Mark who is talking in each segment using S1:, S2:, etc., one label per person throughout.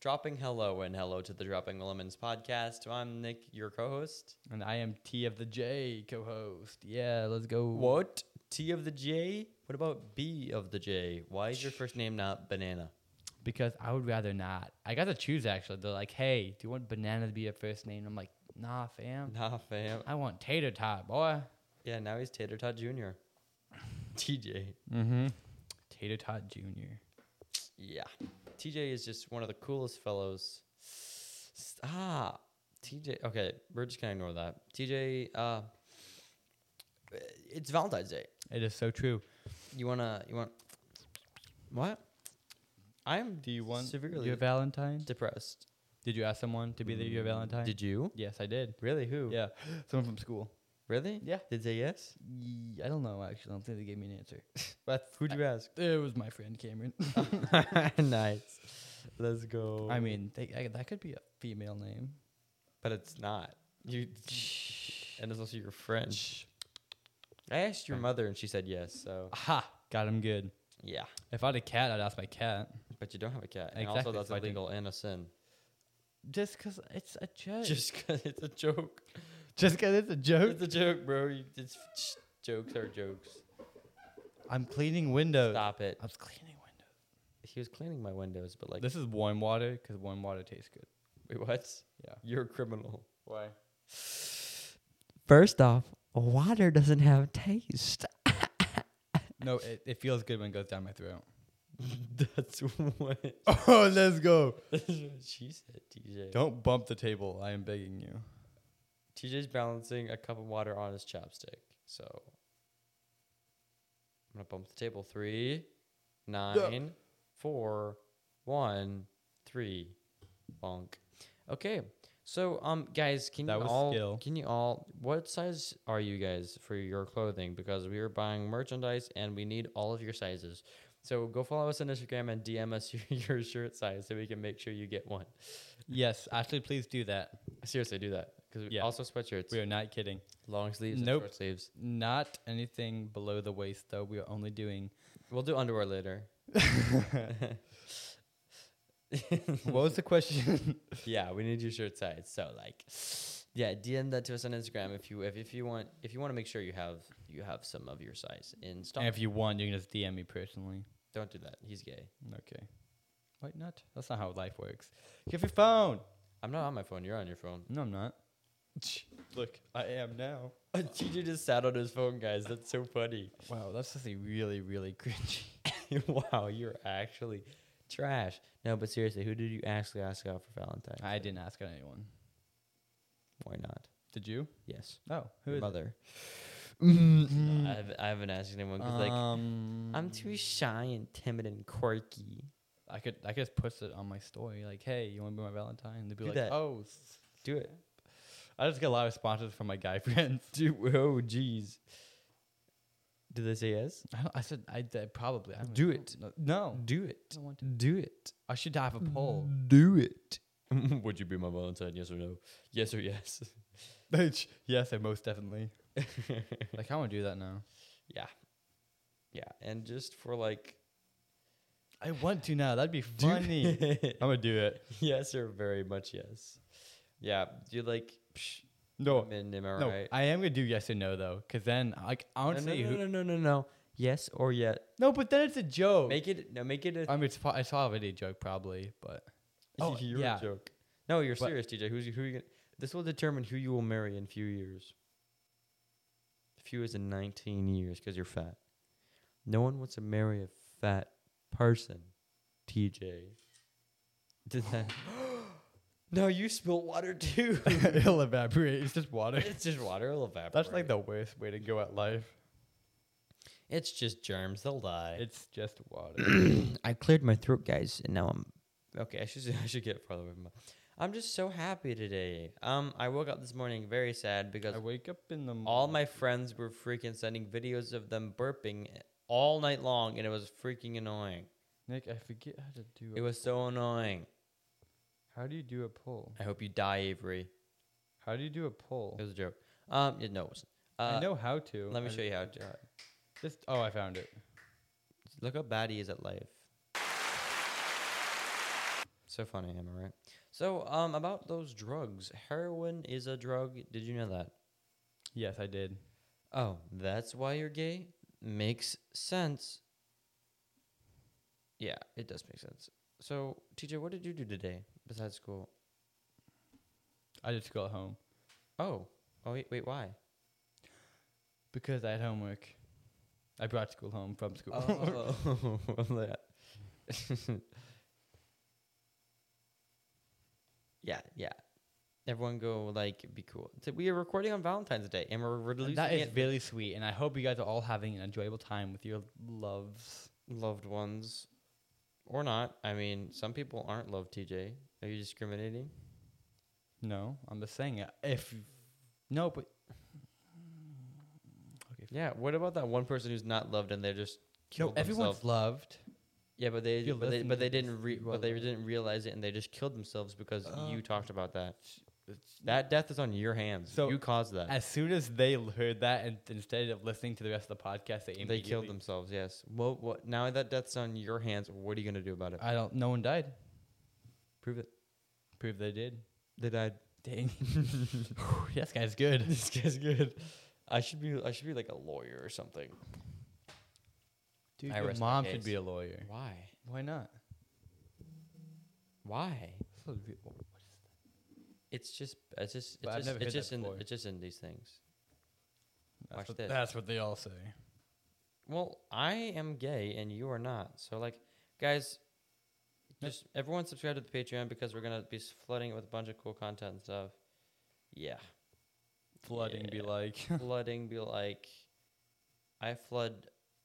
S1: Dropping Hello and Hello to the Dropping Lemons podcast. I'm Nick, your co host.
S2: And I am T of the J co host. Yeah, let's go.
S1: What? T of the J? What about B of the J? Why is your first name not Banana?
S2: Because I would rather not. I got to choose actually. They're like, hey, do you want banana to be your first name? I'm like, nah, fam.
S1: Nah, fam.
S2: I want tater tot, boy.
S1: Yeah, now he's Tater Tot Jr. TJ.
S2: Mm hmm. Tater tot Jr.
S1: Yeah. TJ is just one of the coolest fellows. Ah, TJ. Okay, we're just going to ignore that. TJ, uh, it's Valentine's Day.
S2: It is so true.
S1: You wanna? You want? What? I'm.
S2: Do you want
S1: severely
S2: your Valentine? Mm,
S1: depressed?
S2: Did you ask someone to be the, your Valentine?
S1: Did you
S2: yes, I did.
S1: really? Who?
S2: Yeah, someone from school.
S1: Really?
S2: Yeah.
S1: Did they yes?
S2: Ye- I don't know actually. I don't think they gave me an answer.
S1: But who'd you ask?
S2: It was my friend Cameron.
S1: nice. Let's go.
S2: I mean, they, I, that could be a female name.
S1: but it's not you. And it's also your friend. I asked your
S2: Right.
S1: mother, and she said yes. So
S2: Aha, got him good.
S1: yeah,
S2: If I had a cat, I'd ask my cat.
S1: but you don't have a cat, and also
S2: Exactly,
S1: that's
S2: so I didn't-
S1: illegal and a sin.
S2: Just 'cause it's a joke. Just,
S1: Just 'cause it's a joke.
S2: because it's a joke.
S1: It's a joke, bro. You- It's jokes are jokes.
S2: I'm cleaning windows.
S1: Stop it.
S2: I was cleaning windows.
S1: He was cleaning my windows, but like,
S2: this is warm water because warm water tastes good.
S1: wait, what?
S2: Yeah.
S1: You're a criminal.
S2: Why?
S1: First off, water doesn't have taste.
S2: No, it, it feels good when it goes down my throat.
S1: That's what,
S2: Oh, let's go.
S1: that's what she said, TJ.
S2: Don't bump the table. I am begging you.
S1: TJ's balancing a cup of water on his chopstick. So I'm going to bump the table. Three, nine, four, one, three. Bonk. Okay. So, um, guys, can
S2: That
S1: you
S2: was
S1: all
S2: skill.
S1: can you all what size are you guys for your clothing? Because we are buying merchandise and we need all of your sizes. So go follow us on Instagram and DM us your, your shirt size so we can make sure you get one.
S2: Yes, actually, please do that.
S1: Seriously, do that because
S2: Yeah.
S1: also sweatshirts,
S2: We are not kidding.
S1: long sleeves, and
S2: Nope.
S1: short sleeves.
S2: Not anything below the waist, though. We are only doing.
S1: We'll do underwear later.
S2: what was the question?
S1: yeah, we need your shirt size. So like, yeah, DM that to us on Instagram if you if, if you want if you want to make sure you have you have some of your size in stock.
S2: and if you want, you can just DM me personally.
S1: Don't do that. He's gay.
S2: Okay. Wait, not? That's not how life works. Give your phone.
S1: I'm not on my phone. You're on your phone.
S2: No, I'm not. Look, I am now.
S1: TJ just sat on his phone, guys. That's so funny.
S2: Wow, that's just a really, really cringy.
S1: wow, you're actually trash. No, but seriously, who did you actually ask out for Valentine's?
S2: I didn't ask out anyone.
S1: Why not?
S2: Did you?
S1: Yes,
S2: No. Who
S1: your
S2: is Mm.
S1: mother. No, I, haven't, I haven't asked anyone
S2: it?
S1: because like
S2: um,
S1: I'm too shy and timid and quirky.
S2: I could, I could just post it on my story. Like, hey, you want to be my Valentine? And they'd be
S1: Do
S2: like,
S1: that.
S2: oh. s-
S1: Do it.
S2: I just get a lot of responses from my guy friends.
S1: Do oh jeez. Do they say yes?
S2: I, don't- I said, I did, probably. I don't
S1: Do
S2: know.
S1: it.
S2: No, no.
S1: Do it.
S2: I don't want
S1: Do it.
S2: I should have a poll.
S1: Do it. Would you be my Valentine? Yes or no? Yes or yes.
S2: yes, I most definitely. like, I want to do that now.
S1: yeah. Yeah, and just for like
S2: I want to now. That'd be
S1: do
S2: funny.
S1: it.
S2: I'm gonna do it.
S1: yes or very much yes. Yeah, do you like psh,
S2: No,
S1: men, am I
S2: no.
S1: right?
S2: I am gonna do yes or no though, because then like honestly,
S1: no,
S2: no,
S1: no, no, no, no, no. Yes or yet.
S2: no, but then it's a joke.
S1: Make it no make it a
S2: I mean, it's, pro- it's already a joke probably, but Oh,
S1: you're
S2: yeah.
S1: a joke. No, you're
S2: But-
S1: serious, DJ. Who's who? You gonna, this will determine who you will marry in few years. Few is in 19 years because you're fat. No one wants to marry a fat person, TJ. Did that? no, you spilled water too.
S2: it'll evaporate. It's just water.
S1: it's just water. It'll evaporate.
S2: That's like the worst way to go at life.
S1: It's just germs. They'll die.
S2: It's just water.
S1: I cleared my throat, guys, and now I'm okay. I should I should get farther away from. my- I'm just so happy today. Um, I woke up this morning very sad because
S2: I wake up in the
S1: All
S2: morning-
S1: my friends were freaking sending videos of them burping all night long, and it was freaking annoying.
S2: Nick. I forget how to do.
S1: It
S2: A,
S1: was so annoying.
S2: how do you do a poll?
S1: I hope you die, Avery.
S2: How do you do a poll?
S1: It was a joke. Um, yeah, no, it wasn't. Uh,
S2: I know how to.
S1: let me
S2: I
S1: show you how to. uh,
S2: forgot. Just oh, I found it.
S1: Look how bad he is at life. So funny, am I right? So, um, about those drugs, heroin is a drug. Did you know that?
S2: Yes, I did.
S1: Oh, that's why you're gay? Makes sense. Yeah, it does make sense. So, TJ, what did you do today besides school?
S2: I just go home
S1: Oh, oh wait, wait, why?
S2: because I had homework. I brought school home from school.
S1: Oh, I'm like- yeah, yeah. Everyone go like be cool. T- We are recording on Valentine's Day, and we're releasing
S2: that is
S1: it
S2: really sweet, and I hope you guys are all having an enjoyable time with your loves.
S1: loved ones, or not. I mean, some people aren't loved. TJ, are you discriminating?
S2: No, I'm just saying it. If no, but
S1: Yeah. What about that one person who's not loved and they're just
S2: no,
S1: killed
S2: everyone's
S1: themselves?
S2: loved.
S1: yeah, but they
S2: You're
S1: but they,
S2: listening
S1: but
S2: to
S1: they
S2: this,
S1: didn't re-
S2: you are
S1: but they
S2: loved.
S1: didn't realize it and they just killed themselves because
S2: Uh,
S1: you talked about that.
S2: It's-
S1: That death is on your hands.
S2: So,
S1: you caused that.
S2: As soon as they l- heard that, and instead of listening to the rest of the podcast, they
S1: They killed
S2: immediately-
S1: themselves. Yes. Well, what now that death's on your hands, what are you gonna do about it?
S2: I don't. No one died.
S1: Prove it.
S2: Prove they did.
S1: They died.
S2: Dang. Whew, Oh, this guy's good.
S1: this guy's good. I should be. I should be like a lawyer or something.
S2: Dude,
S1: I
S2: your
S1: rest my
S2: mom should
S1: case.
S2: be a lawyer.
S1: Why?
S2: Why not?
S1: Why?
S2: This would be- wh- what is that?
S1: It's just. It's just.
S2: But
S1: It's
S2: I've
S1: just.
S2: never
S1: It's
S2: heard that
S1: just, in,
S2: before.
S1: it's just in these things.
S2: That's
S1: Watch
S2: what,
S1: this.
S2: That's what they all say.
S1: Well, I am gay and you are not. So like, guys,
S2: Yep.
S1: just everyone subscribe to the Patreon because we're gonna be s- flooding it with a bunch of cool content and stuff. Yeah.
S2: Flooding be
S1: Yeah.
S2: like.
S1: flooding be like I flood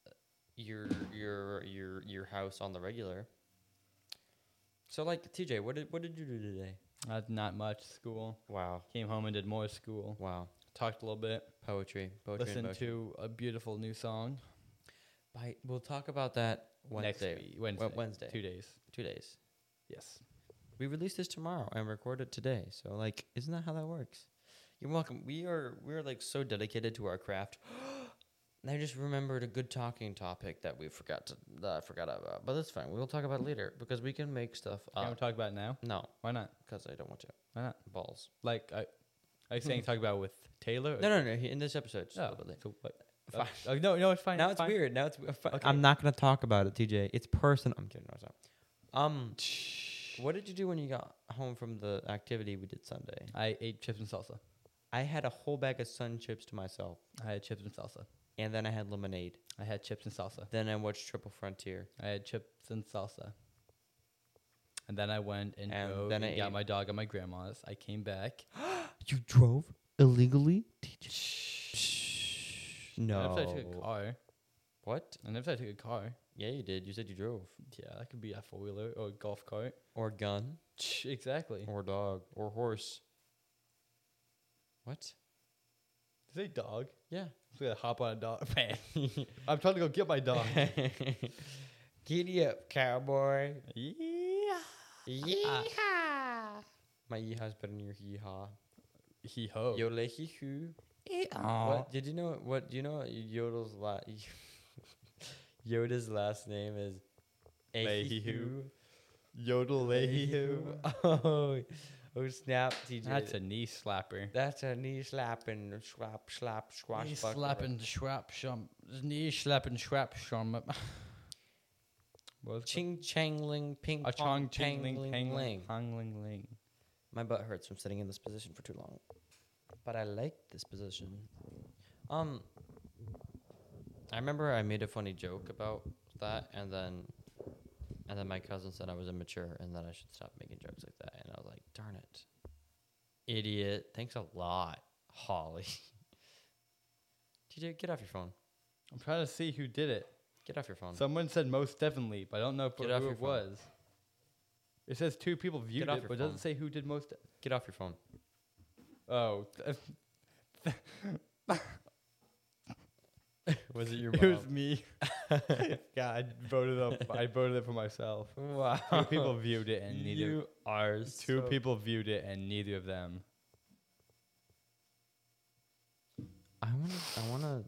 S1: uh, your your your your house on the regular. So like TJ, what did what did you do today?
S2: Uh, not much school.
S1: Wow.
S2: Came home and did more school.
S1: Wow.
S2: Talked a little bit.
S1: Poetry. Poetry and
S2: listened
S1: poetry.
S2: to a beautiful new song.
S1: By, we'll talk about that Wednesday.
S2: Next week,
S1: Wed-
S2: Wednesday.
S1: Wednesday.
S2: Two days.
S1: Two days.
S2: Yes.
S1: We release this tomorrow and record it today. So like isn't that how that works? You're welcome. We are we're like so dedicated to our craft. And I just remembered a good talking topic that we forgot to that I forgot about, but that's fine. We'll talk about it later because we can make stuff
S2: Can we
S1: up.
S2: talk about it now?
S1: No,
S2: Why not?
S1: because I don't want to
S2: Why not?
S1: balls.
S2: Like, I, are you saying talk about it with Taylor? or-
S1: No, no, no. he- In this episode, just a
S2: Oh,
S1: little bit later.
S2: so what?
S1: Fine.
S2: Oh, no, no, it's fine.
S1: now it's
S2: fine.
S1: weird. Now it's w- fi-
S2: Okay.
S1: I'm not gonna talk about it, TJ. It's personal. I'm kidding. No, it's not. Um, what did you do when you got home from the activity we did Sunday?
S2: I ate chips and salsa.
S1: I had a whole bag of sun chips to myself,
S2: I had chips and salsa.
S1: and then I had lemonade.
S2: I had chips and salsa.
S1: Then I watched Triple Frontier.
S2: I had chips and salsa. And then I went and,
S1: And
S2: drove
S1: then I
S2: and got
S1: ate-
S2: my dog at my grandma's. I came back.
S1: You drove illegally, TJ?
S2: I never said I took a
S1: No.
S2: car.
S1: What?
S2: I never said I took a car.
S1: Yeah, you did. You said you drove.
S2: Yeah, that could be a four wheeler or a golf cart.
S1: Or gun.
S2: Exactly.
S1: Or dog. Or horse. What?
S2: Did I say dog?
S1: Yeah.
S2: So we gotta hop on a dog. Man, I'm trying to go get my dog.
S1: Giddy up, cowboy.
S2: yeah.
S1: Yeehaw. My yeehaw's better than your yeehaw.
S2: He ho.
S1: Yodel hee hoo.
S2: Aw.
S1: What? Did you know what? Do you know what Yodel's last Yoda's last name is
S2: Leahy-hoo.
S1: Ahihoo.
S2: Yodel
S1: Oh, oh snap, TJ.
S2: That's a knee slapper.
S1: That's a knee slapping, slap, slap, squash,
S2: Knee
S1: buck,
S2: slapping schwap shum. Knee slapping schwap shum. What was it called?
S1: Ching chang ling ping
S2: A chong
S1: pong
S2: ching
S1: tangling,
S2: ling pang ling
S1: ling.
S2: pang ling ling.
S1: My butt hurts from sitting in this position for too long, but I like this position. Um, I remember I made a funny joke about that, and then, and then my cousin said I was immature and that I should stop making jokes like that, and I was like, "Darn it, idiot! Thanks a lot, Holly." TJ, get off your phone.
S2: I'm trying to see who did it.
S1: Get off your phone.
S2: Someone said most definitely, but I don't know if
S1: Get
S2: who
S1: off your
S2: it
S1: phone.
S2: was. It says two people viewed
S1: off
S2: it,
S1: your
S2: but it doesn't
S1: phone.
S2: say who did most. de-
S1: get off your phone.
S2: oh. th-
S1: Was it your
S2: It was me. yeah, I voted up. I voted it for myself.
S1: Wow.
S2: Two people viewed it, and neither.
S1: you are
S2: two
S1: so-
S2: people viewed it, and neither of them.
S1: I want to. I want to.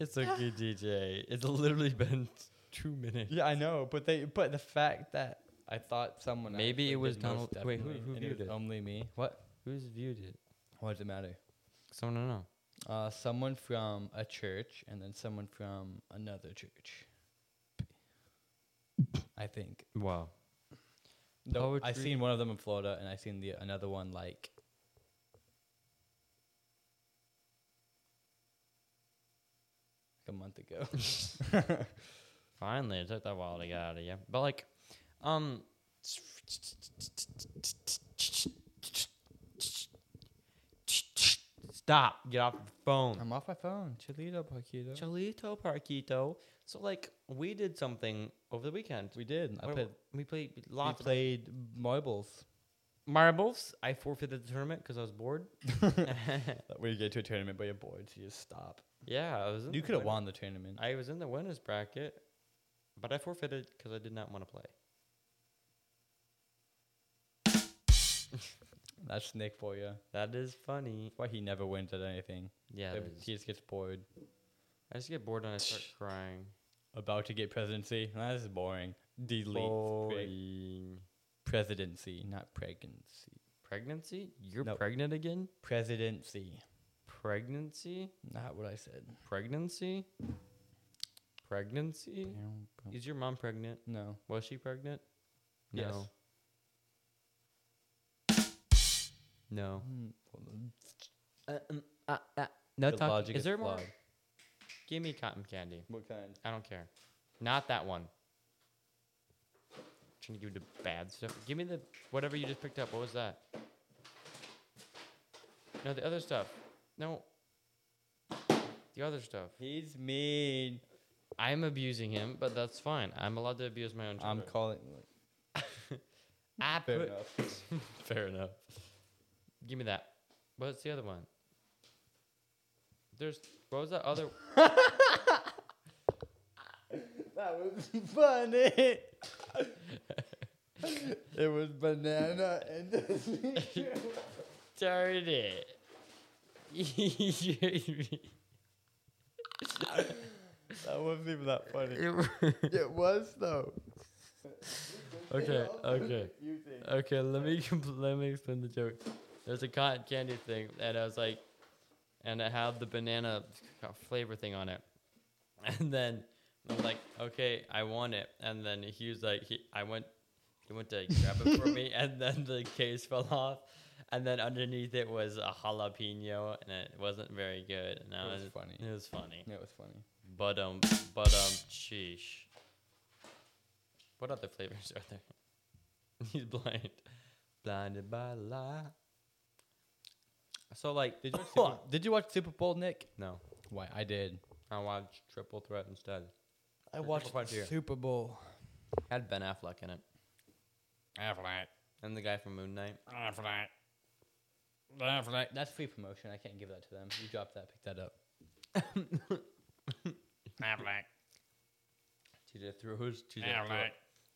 S1: It's okay, DJ. It's literally been two minutes.
S2: Yeah, I know, but they. But the fact that I I thought someone.
S1: Maybe it
S2: actually
S1: was
S2: did most
S1: Donald- wait, who-
S2: definitely,
S1: who
S2: and it
S1: viewed
S2: was
S1: it?
S2: Only me. What?
S1: Who's viewed it?
S2: What does it matter?
S1: Someone I don't know.
S2: Uh, someone from a church and then someone from another church. I think.
S1: Wow.
S2: Though I
S1: Poetry-
S2: seen one of them in Florida, and I seen the another one like. like A month ago.
S1: Finally, it took that while to get out of you. But like, um, stop. Get off your phone.
S2: I'm off my phone. Chalito, Paquito.
S1: Cholito Parquito. So like, we did something over the weekend.
S2: we did. I
S1: Where
S2: played.
S1: we played
S2: We
S1: lots of
S2: played marbles.
S1: marbles. I forfeited the tournament because I was bored.
S2: Where you get to a tournament, but you're bored, so you just stop.
S1: yeah, I was. In
S2: You
S1: the
S2: could have
S1: winner-
S2: won the tournament.
S1: I was in the winners bracket, but I forfeited because I did not want to play.
S2: That's Nick for you. That's
S1: That is funny.
S2: why he never wins at anything.
S1: Yeah,
S2: Ev-
S1: that is-
S2: he just gets bored.
S1: I just get bored and I start crying.
S2: About to get presidency. That's boring. Delete. Preg-
S1: Boring.
S2: presidency, not pregnancy.
S1: Pregnancy? You're
S2: No.
S1: pregnant again?
S2: Presidency.
S1: Pregnancy?
S2: Not what I said.
S1: Pregnancy? Pregnancy? Is your mom pregnant?
S2: No.
S1: Was she pregnant?
S2: Yes.
S1: No. No.
S2: Mm, well,
S1: Uh, um, uh, uh, no
S2: the
S1: talking.
S2: logic
S1: Is there more?
S2: flawed.
S1: Give me cotton candy.
S2: What kind?
S1: I don't care. Not that one. trying to give you the bad stuff. Give me the whatever you just picked up. What was that? No, the other stuff. No. The other stuff.
S2: He's mean.
S1: I'm abusing him, but that's fine. I'm allowed to abuse my own
S2: I'm
S1: children.
S2: calling.
S1: I
S2: Fair
S1: put-
S2: enough.
S1: Fair enough. Give me that. What's the other one? There's what was that other
S2: That was funny. it was banana and
S1: Darn it.
S2: that wasn't even that funny.
S1: okay,
S2: It was though.
S1: okay.
S2: You think.
S1: Okay, let me compl- let me explain the joke. There's a cotton candy thing, and I was like, and it had the banana flavor thing on it, and then I was like, okay, I want it, and then he was like, he, I went, he went to grab it for me, and then the case fell off, and then underneath it was a jalapeno, and it wasn't very good, and I
S2: It
S1: was,
S2: was funny.
S1: it was funny,
S2: It was funny.
S1: but um, but um, sheesh. What other flavors are there? He's blind. Blinded by light. So like,
S2: Did you, watch Super, did you watch Super Bowl, Nick?
S1: no,
S2: Why I did.
S1: I watched Triple Threat instead.
S2: I
S1: Triple
S2: watched
S1: Frontier.
S2: Super Bowl.
S1: Had Ben Affleck in it,
S2: Affleck.
S1: and the guy from Moon Knight.
S2: Affleck. Affleck. That's free promotion. I can't give that to them. You dropped that. Pick that up. Affleck.
S1: TJ threw his TJ threw,
S2: Affleck.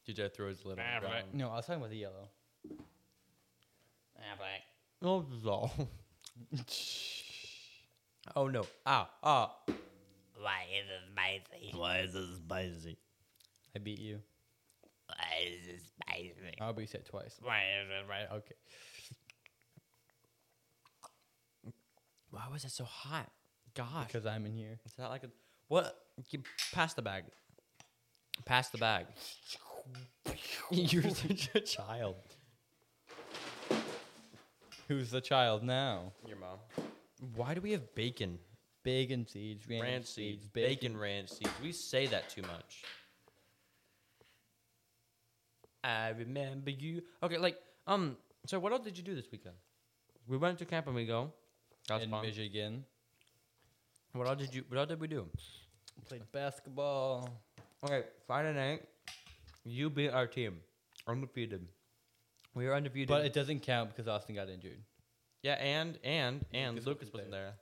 S1: it- TJ threw his little
S2: Affleck.
S1: brown.
S2: No, I was talking about the yellow. Affleck.
S1: Oh no! Oh no! Ow! Ow!
S3: Why is it spicy?
S1: Why is it spicy?
S2: I beat you.
S3: Why is it spicy?
S2: I'll reset twice.
S3: Why is it
S2: Right. Okay.
S1: Why was it so hot? Gosh.
S2: Because I'm in here.
S1: It's not like a what? Give- Pass the bag. Pass the bag. You're such a child.
S2: Who's the child now?
S1: Your mom. Why do we have bacon?
S2: Bacon seeds, ranch,
S1: Ranch seeds, bacon ranch seeds. We say that too much. I remember you. Okay, like um. So what else did you do this weekend? We went to Camp Amigo. That's
S2: in
S1: fun.
S2: Michigan.
S1: What else did you? What else did we do?
S2: Played basketball.
S1: Okay, Friday night, you beat our team, undefeated. We were undefeated.
S2: But it doesn't count because Austin got injured.
S1: Yeah, and and and
S2: Lucas
S1: Lucas,
S2: wasn't
S1: wasn't there.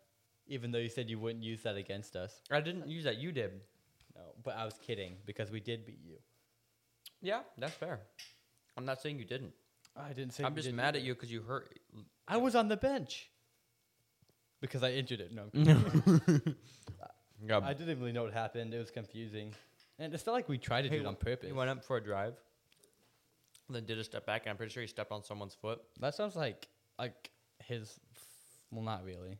S2: Even though you said you wouldn't use that against us.
S1: I didn't use that. You did.
S2: No, but I was kidding because we did beat you.
S1: Yeah, that's fair. I'm not saying you didn't.
S2: I didn't say.
S1: I'm
S2: we
S1: just
S2: didn't
S1: mad at
S2: either.
S1: you because you hurt.
S2: I was on the bench because I injured it. No, I'm kidding.
S1: No.
S2: I didn't really know what happened. It was confusing, and it's not like we tried to
S1: Hey,
S2: do it on
S1: you
S2: purpose.
S1: went up for a drive. then did a step back, and I'm pretty sure he stepped on someone's foot.
S2: That sounds like like his. Well, not really.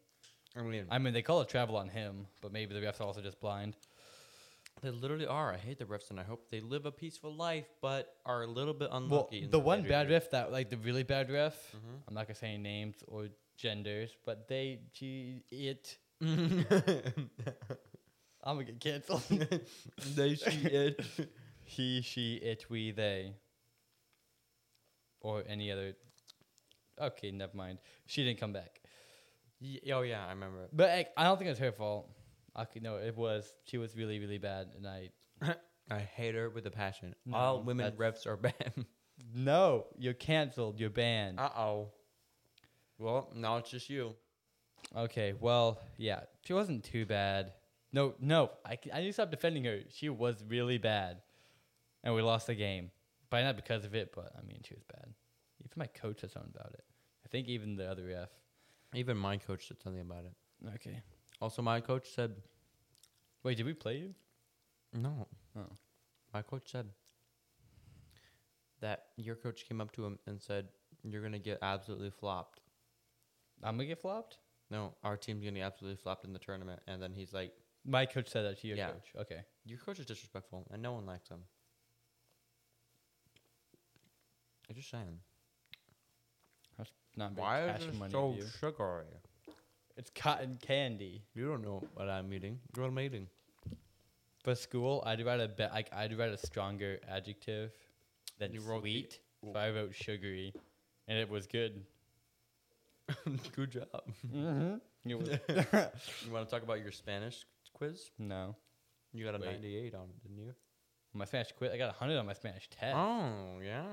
S1: I mean,
S2: I mean, they call it travel on him, but maybe the refs are also just blind.
S1: they literally are. I hate the refs, and I hope they live a peaceful life, but are a little bit unlucky.
S2: Well,
S1: in
S2: the
S1: their
S2: one
S1: bad
S2: bad
S1: reviews.
S2: ref that like the really bad ref.
S1: Mhm.
S2: I'm not gonna say any names or genders, but they gee, it. I'm gonna get canceled.
S1: they she it.
S2: he, she, it, we, they, or any other. Okay, never mind. She didn't come back,
S1: Ye- Oh yeah, I remember. it.
S2: but like, I don't think it was her fault. Okay, no, it was. She was really, really bad, and I.
S1: I hate her with a passion.
S2: No,
S1: All women refs are bad.
S2: No, you're canceled. You're banned.
S1: uh oh. Well, now it's just you.
S2: Okay, well, yeah, she wasn't too bad. No, no, I, c- I need to stop defending her. She was really bad, and we lost the game. But not because of it, but I mean, she was bad. Even my coach said something about it. I think even the other ref.
S1: Even my coach said something about it.
S2: Okay.
S1: Also, my coach said
S2: Wait, did we play you?
S1: no.
S2: Oh.
S1: My coach said that your coach came up to him and said you're gonna get absolutely flopped.
S2: I'm gonna get flopped.
S1: No, our team's gonna get absolutely flopped in the tournament. And then he's like,
S2: My coach said that to your
S1: Yeah.
S2: coach. Okay.
S1: "Your coach is disrespectful, and no one likes him." I'm just saying.
S2: That's not very cash money. of you.
S1: sugary?
S2: It's cotton candy.
S1: You don't know what I'm eating. You're what I'm eating.
S2: For school, I'd write a be- like I'd write a stronger adjective than
S1: You wrote the-
S2: sweet. So I wrote sugary, and it was good.
S1: Good job.
S2: Mm-hmm. It was
S1: You want to talk about your Spanish quiz?
S2: no.
S1: You got a
S2: Wait.
S1: 98 on it, didn't you?
S2: My Spanish quit. I got a hundred on my Spanish test.
S1: Oh yeah.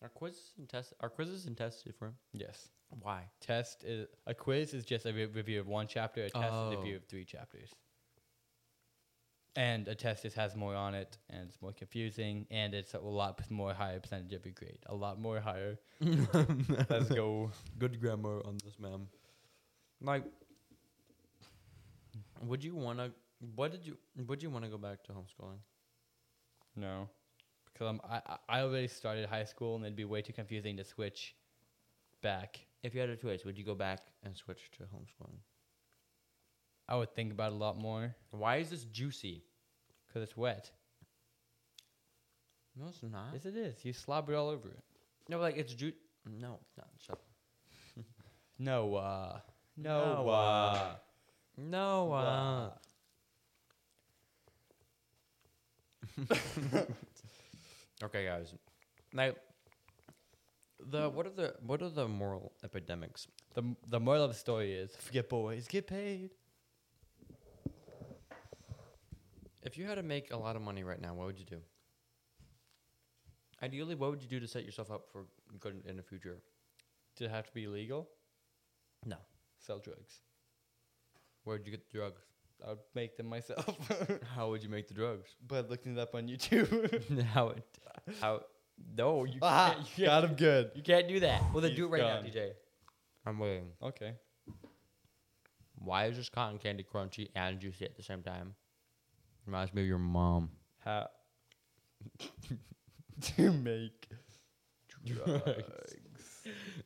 S1: Our quizzes and tests. Our quizzes and tests different.
S2: Yes.
S1: Why?
S2: Test is a quiz is just a re- review of one chapter. A test is a
S1: Oh.
S2: review of three chapters. And a test just has more on it, and it's more confusing, and it's a lot more higher percentage every grade. A lot more higher. Let's go.
S1: Good grammar on this, ma'am. Like, would you want to? What did you? Would you want to go back to homeschooling?
S2: No, because I'm, I I- I already started high school, and it'd be way too confusing to switch back.
S1: If you had a choice, would you go back and switch to homeschooling?
S2: I would think about it a lot more
S1: Why is this juicy?
S2: because it's wet.
S1: No, it's not.
S2: Yes, it is. You slobber all over it.
S1: no, like it's ju. No, it's not. Shut up.
S2: No, uh, no,
S1: No,
S2: uh,
S1: uh, No. Uh, okay, guys. Now, the what are the what are the moral epidemics?
S2: the the moral of the story is forget boys, get paid.
S1: If you had to make a lot of money right now, what would you do? Ideally, what would you do to set yourself up for good in the future?
S2: Did it have to be illegal?
S1: No.
S2: Sell drugs.
S1: Where would you get the drugs?
S2: I would make them myself
S1: How would you make the drugs?
S2: by looking it up on YouTube.
S1: how? It, how? No, Oh, you
S2: ah,
S1: can't. You
S2: got
S1: can't,
S2: him good.
S1: you can't do that. Well, then
S2: He's
S1: do it right
S2: gone.
S1: now, DJ. I'm waiting.
S2: Okay.
S1: Why is this cotton candy crunchy and juicy at the same time? Reminds me of your mom.
S2: How to make drugs?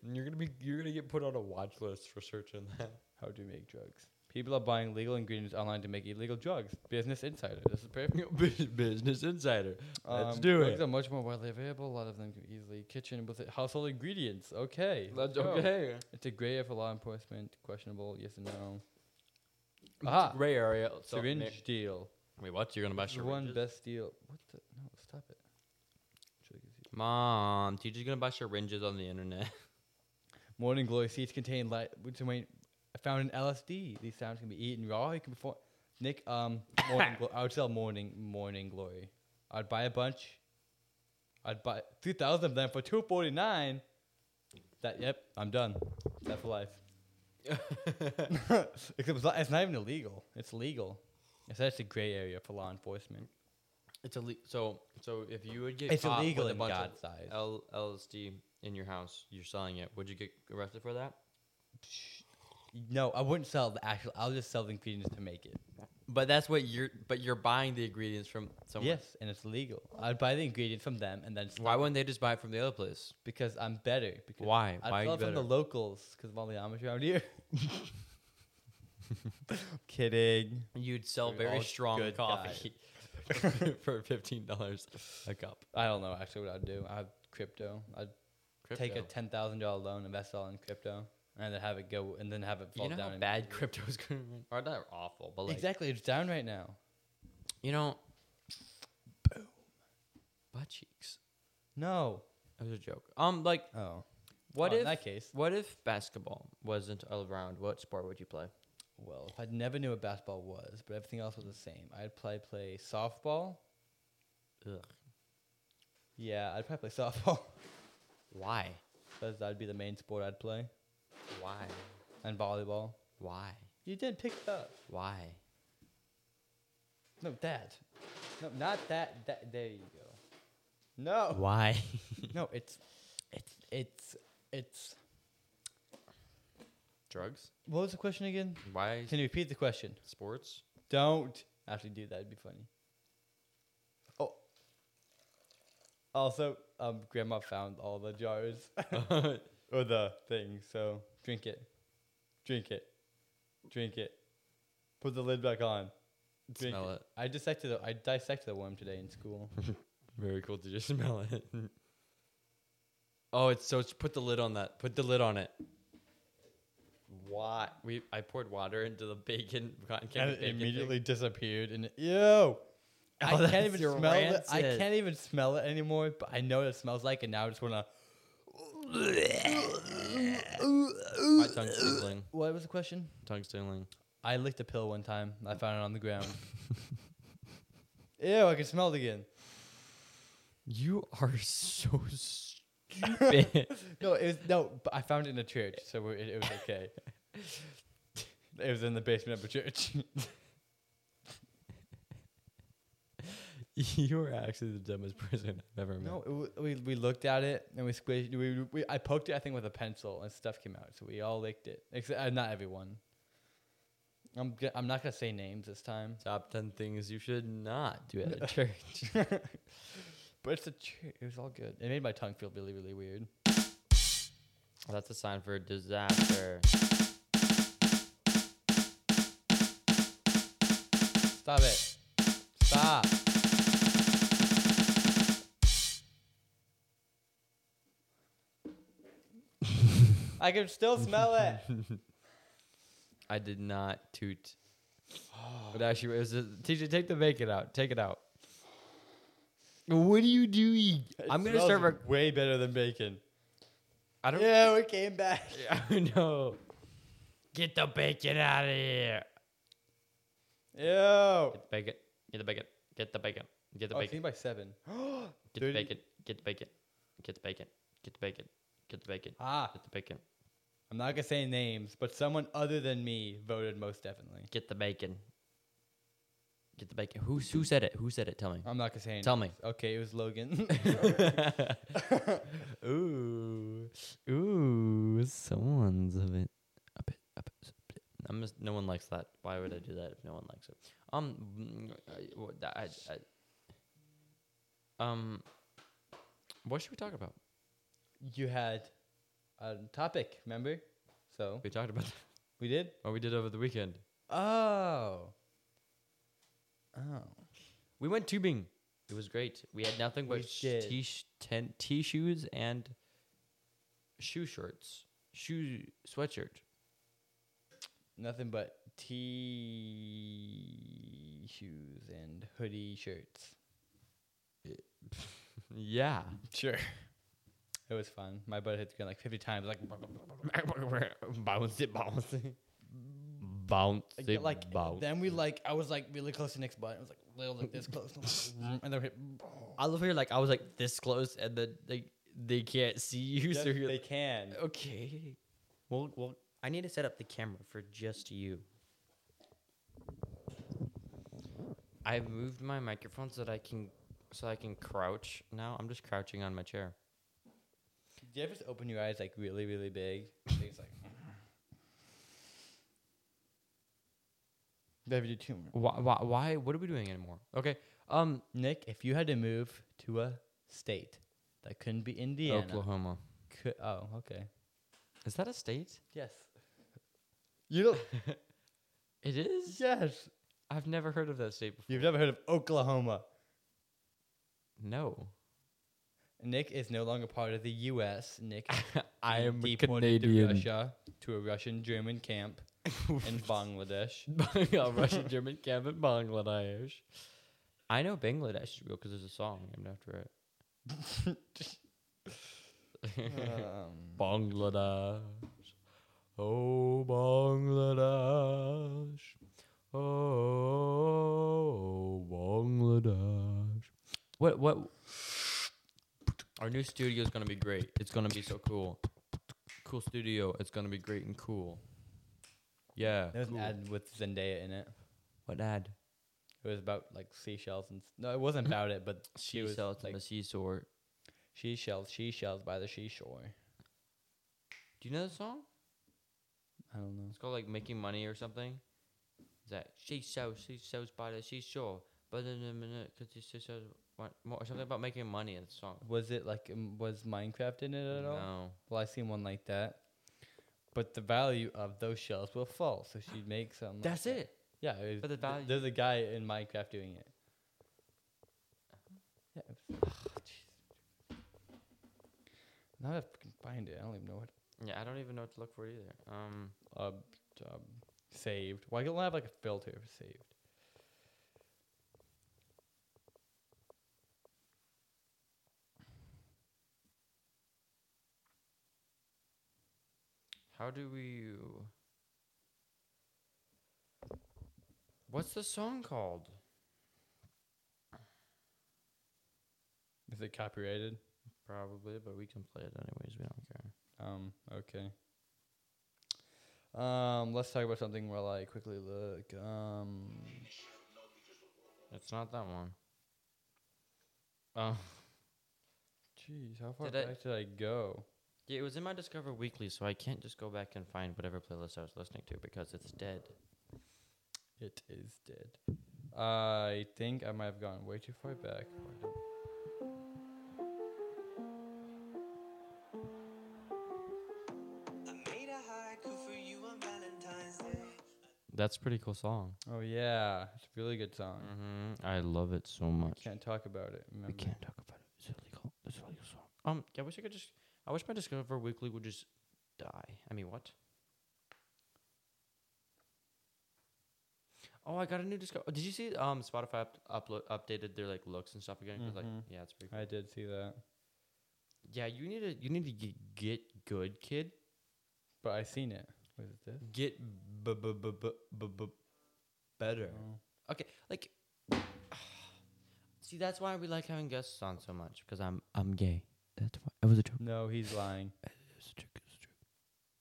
S1: You're gonna be. You're gonna get put on a watch list for searching that.
S2: How to make drugs? People are buying legal ingredients online to make illegal drugs. Business Insider. This is perfect.
S1: Business Insider. Let's
S2: Um,
S1: do
S2: drugs
S1: it.
S2: are much more widely available. A lot of them can easily kitchen with it. household ingredients. Okay.
S1: Let's
S2: go.
S1: okay.
S2: It's a gray area for law enforcement. Questionable. Yes and no.
S1: It's
S2: Ah,
S1: a gray area. So
S2: syringe
S1: Nick-
S2: deal.
S1: Wait, what? You're gonna buy
S2: This is one
S1: syringes?
S2: best deal. What the? No, stop it. Drug is-
S1: Mom, teacher's gonna buy syringes on the internet.
S2: Morning glory seeds contain light, which I found in LSD. These sounds can be eaten raw. You can perform. Nick, um, morning glo- I would sell morning morning glory. I'd buy a bunch. I'd buy two thousand of them for two forty nine. That yep, I'm done. That for life. Except it's not, it's not even illegal. It's legal. It's that's a gray area for law enforcement.
S1: It's illegal. So, so if you would get
S2: It's
S1: caught
S2: illegal
S1: with a
S2: in
S1: bunch
S2: God's
S1: of
S2: eyes.
S1: L- LSD in your house, you're selling it. Would you get arrested for that?
S2: No, I wouldn't sell the actual. I'll just sell the ingredients to make it.
S1: But that's what you're. But you're buying the ingredients from someone.
S2: Yes, and it's legal. I'd buy the ingredients from them and then
S1: Why
S2: stock it
S1: wouldn't they just buy it from the other place?
S2: because I'm better. Because
S1: Why?
S2: I'd
S1: Why are
S2: sell
S1: you
S2: it from the
S1: better?
S2: locals because of all the Amish around here. Kidding.
S1: You'd sell
S2: We're
S1: very
S2: all
S1: strong
S2: good
S1: coffee for fifteen dollars a cup.
S2: I don't know actually what I'd do. I'd crypto. I'd take a ten thousand dollar loan, invest all in crypto, and then have it go and then have it fall
S1: You know
S2: down.
S1: how
S2: in
S1: bad
S2: value.
S1: crypto's going. Or not awful, but like
S2: exactly, it's down right now.
S1: you know. Boom. Butt cheeks.
S2: No.
S1: That was a joke. Um, like
S2: Oh.
S1: what
S2: Oh,
S1: if
S2: in that case?
S1: What if basketball wasn't around? What sport would you play?
S2: Well, if I never knew what basketball was, but everything else was the same, I'd probably play softball.
S1: Ugh.
S2: Yeah, I'd probably play softball.
S1: Why?
S2: Because that'd be the main sport I'd play.
S1: Why?
S2: And volleyball.
S1: Why?
S2: You did pick up.
S1: Why?
S2: No, that. No, not that. That. There you go. No.
S1: Why?
S2: No, it's, it's, it's, it's.
S1: Drugs?
S2: What was the question again?
S1: Why
S2: Can you repeat the question?
S1: sports?
S2: Don't actually do that. It'd be funny. Oh. Also, um, Grandma found all the jars or the thing. So drink it, drink it, drink it. Put the lid back on. Drink
S1: Smell it.
S2: I dissected. A, I dissected a worm today in school.
S1: Very cool to just smell it. oh, it's so it's, put the lid on that. Put the lid on it. What? We I poured water into the bacon cotton
S2: and
S1: candy.
S2: it
S1: bacon thing.
S2: immediately disappeared. And it- ew.
S1: Oh,
S2: I can't
S1: that's
S2: even
S1: your
S2: smell it. I
S1: rancid.
S2: can't even smell it anymore. But I know what it smells like, and now I just wanna.
S1: My tongue's tingling.
S2: What was the question?
S1: Tongue's tingling.
S2: I licked a pill one time. I found it on the ground. Ew! I can smell it again.
S1: You are so stupid.
S2: No, it was no. But I found it in a church, so we- it, it was okay. it was in the basement of a church.
S1: you are actually the dumbest person I've ever met.
S2: no, it, wa- we we looked at it and we squished. We, we I poked it, I think, with a pencil, and stuff came out. So we all licked it, except uh, not everyone. I'm g- I'm not gonna say names this time,
S1: Top ten things you should not do at
S2: No.
S1: a church.
S2: but it's a church. It was all good. It made my tongue feel really really weird.
S1: That's a sign for a disaster.
S2: Stop it. Stop. I can still smell it.
S1: I did not toot. But actually, it was a, TJ, take the bacon out. Take it out. What are you doing? I'm gonna start. Rec-
S2: way better than bacon.
S1: I don't.
S2: Yeah, it came back.
S1: I know. Get the bacon out of here.
S2: Ew.
S1: Get the bacon. Get the bacon. Get the bacon. Get the
S2: Oh, it's
S1: bacon.
S2: seen by seven.
S1: Get the
S2: 30
S1: bacon. Get the bacon. Get the bacon. Get the bacon. Get the bacon.
S2: Ah,
S1: Get the bacon.
S2: I'm not gonna say names, but someone other than me voted most definitely.
S1: Get the bacon. Get the bacon. Who who said it? Who said it? Tell me.
S2: I'm not gonna say. Names.
S1: Tell me.
S2: Okay, it was Logan.
S1: ooh, ooh, someone's of it. A bit, a bit, a bit. I'm just, no one likes that. Why would I do that if no one likes it? Um, mm, I- what- I, I- um, what should we talk about?
S2: you had a topic, remember? So
S1: We talked about
S2: we did.
S1: what we did over the weekend.
S2: Oh. Oh.
S1: We went tubing. It was great. We had nothing
S2: We
S1: but sh-
S2: did.
S1: t sh- ten- t shoes and shoe shorts, shoe sweatshirt.
S2: Nothing but t shoes and hoodie shirts.
S1: Yeah.
S2: Sure. It was fun. My butt hit the ground like 50 times. Like,
S1: bounce it, bounce it. Bounce
S2: I get,
S1: it,
S2: like
S1: bounce.
S2: then we like, I was like really close to Nick's butt. I was like little like this close. and then we hit.
S1: I love here, like, I was like this close, and then like, they can't see you.
S2: Yes,
S1: so you're
S2: they
S1: like,
S2: can.
S1: okay. Well, well, I need to set up the camera for just you. I moved my microphone so that I can, so I can crouch now. I'm just crouching on my chair.
S2: Do you ever just open your eyes like really, really big? It's like, David Tumor.
S1: Why, why? Why? What are we doing anymore? Okay. Um.
S2: Nick, if you had to move to a state that couldn't be Indiana,
S1: Oklahoma.
S2: could, oh, okay,
S1: Is that a state?
S2: yes. You don't.
S1: It is.
S2: yes,
S1: I've never heard of that state before.
S2: you've never heard of Oklahoma.
S1: No.
S2: Nick is no longer part of the U.S. Nick is
S1: I
S2: being
S1: am a
S2: deported to
S1: Canadian.
S2: Russia to a Russian German camp in Bangladesh.
S1: A Russian German camp in Bangladesh. I know Bangladesh is real because there's a song named after it.
S2: Um,
S1: Bangladesh. Oh, Bangladesh. Oh, Bangladesh. What? What? Our new studio is gonna be great. It's gonna be so cool. Cool studio. It's gonna be great and cool. Yeah.
S2: there was
S1: cool.
S2: an ad with Zendaya in it.
S1: What ad?
S2: It was about like seashells and s- no, it wasn't about it, but she
S1: She
S2: was
S1: sells
S2: like
S1: the seesaw.
S2: she shells, she shells by the seashore.
S1: Do you know the song?
S2: I don't know.
S1: It's called like making money or something. It's like she sells, she sells by the seashore, but in a minute, cause she sells want more or something about making money in the song.
S2: Was it like um, was Minecraft in it at all?
S1: No,
S2: Well, I seen one like that, but the value of those shells will fall, so she'd make some. like
S1: that's
S2: that.
S1: it.
S2: Yeah, it was,
S1: But the
S2: th-
S1: value-
S2: There's a guy in Minecraft doing it. Yeah. it was- ah, jeez. Now that I can find it, I don't even know what.
S1: Yeah, I don't even know what to look for either. Um,
S2: Um, um, saved. Why don't I have like a filter for saved?
S1: how do we? What's the song called?
S2: Is it copyrighted?
S1: Probably, but we can play it anyways. We don't care.
S2: Um, okay. Um, let's talk about something while I quickly look. Um,
S1: It's not that one. Oh,
S2: jeez, how far
S1: Did I-
S2: back did I go?
S1: yeah, it was in my Discover Weekly, so I can't just go back and find whatever playlist I was listening to because it's dead.
S2: It is dead. I think I might have gone way too far back.
S4: I made a haiku for you on Valentine's Day.
S1: That's a pretty cool song.
S2: Oh yeah, it's a really good song.
S1: Mm-hmm. I love it so much.
S2: Can't talk about it. Remember?
S1: we can't talk about it. It's illegal. It's illegal song. Mm-hmm. Um, yeah, I wish I could just. I wish my Discover Weekly would just die. I mean, what? Oh, I got a new Discover. Did you see? Um, Spotify up- upload updated their like looks and stuff again. 'Cause, Like,
S2: Mhm.
S1: yeah, it's pretty. Cool.
S2: I did see that,
S1: Yeah, you need to you need to g- get good, kid.
S2: but I seen it. Was it this?
S1: Get b- b- b- b- b- b- better.
S2: Oh.
S1: Okay, like. See, that's why we like having guests on so much because I'm I'm gay. That's why it was a joke.
S2: No, he's lying.
S1: It's a joke. It's a joke.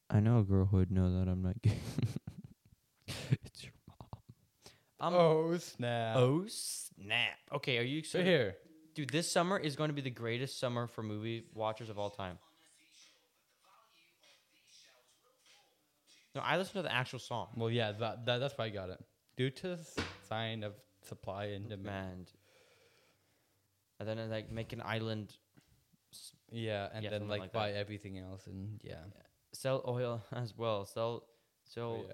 S1: I know a girl who would know that I'm not gay. it's your mom. Um,
S2: oh snap!
S1: oh snap! Okay, are you
S2: so
S1: excited?
S2: here.
S1: Dude, this summer is going to be the greatest summer for movie watchers of all time. No, I listened to the actual song.
S2: Well, yeah, that, that that's why I got it. Due to s- sign of supply and demand.
S1: Demand. And then uh, like make an island, s-
S2: Yeah, and
S1: Yeah,
S2: then
S1: something
S2: like,
S1: like that.
S2: buy everything else, and yeah.
S1: sell oil as well, sell sell
S2: Oh, yeah.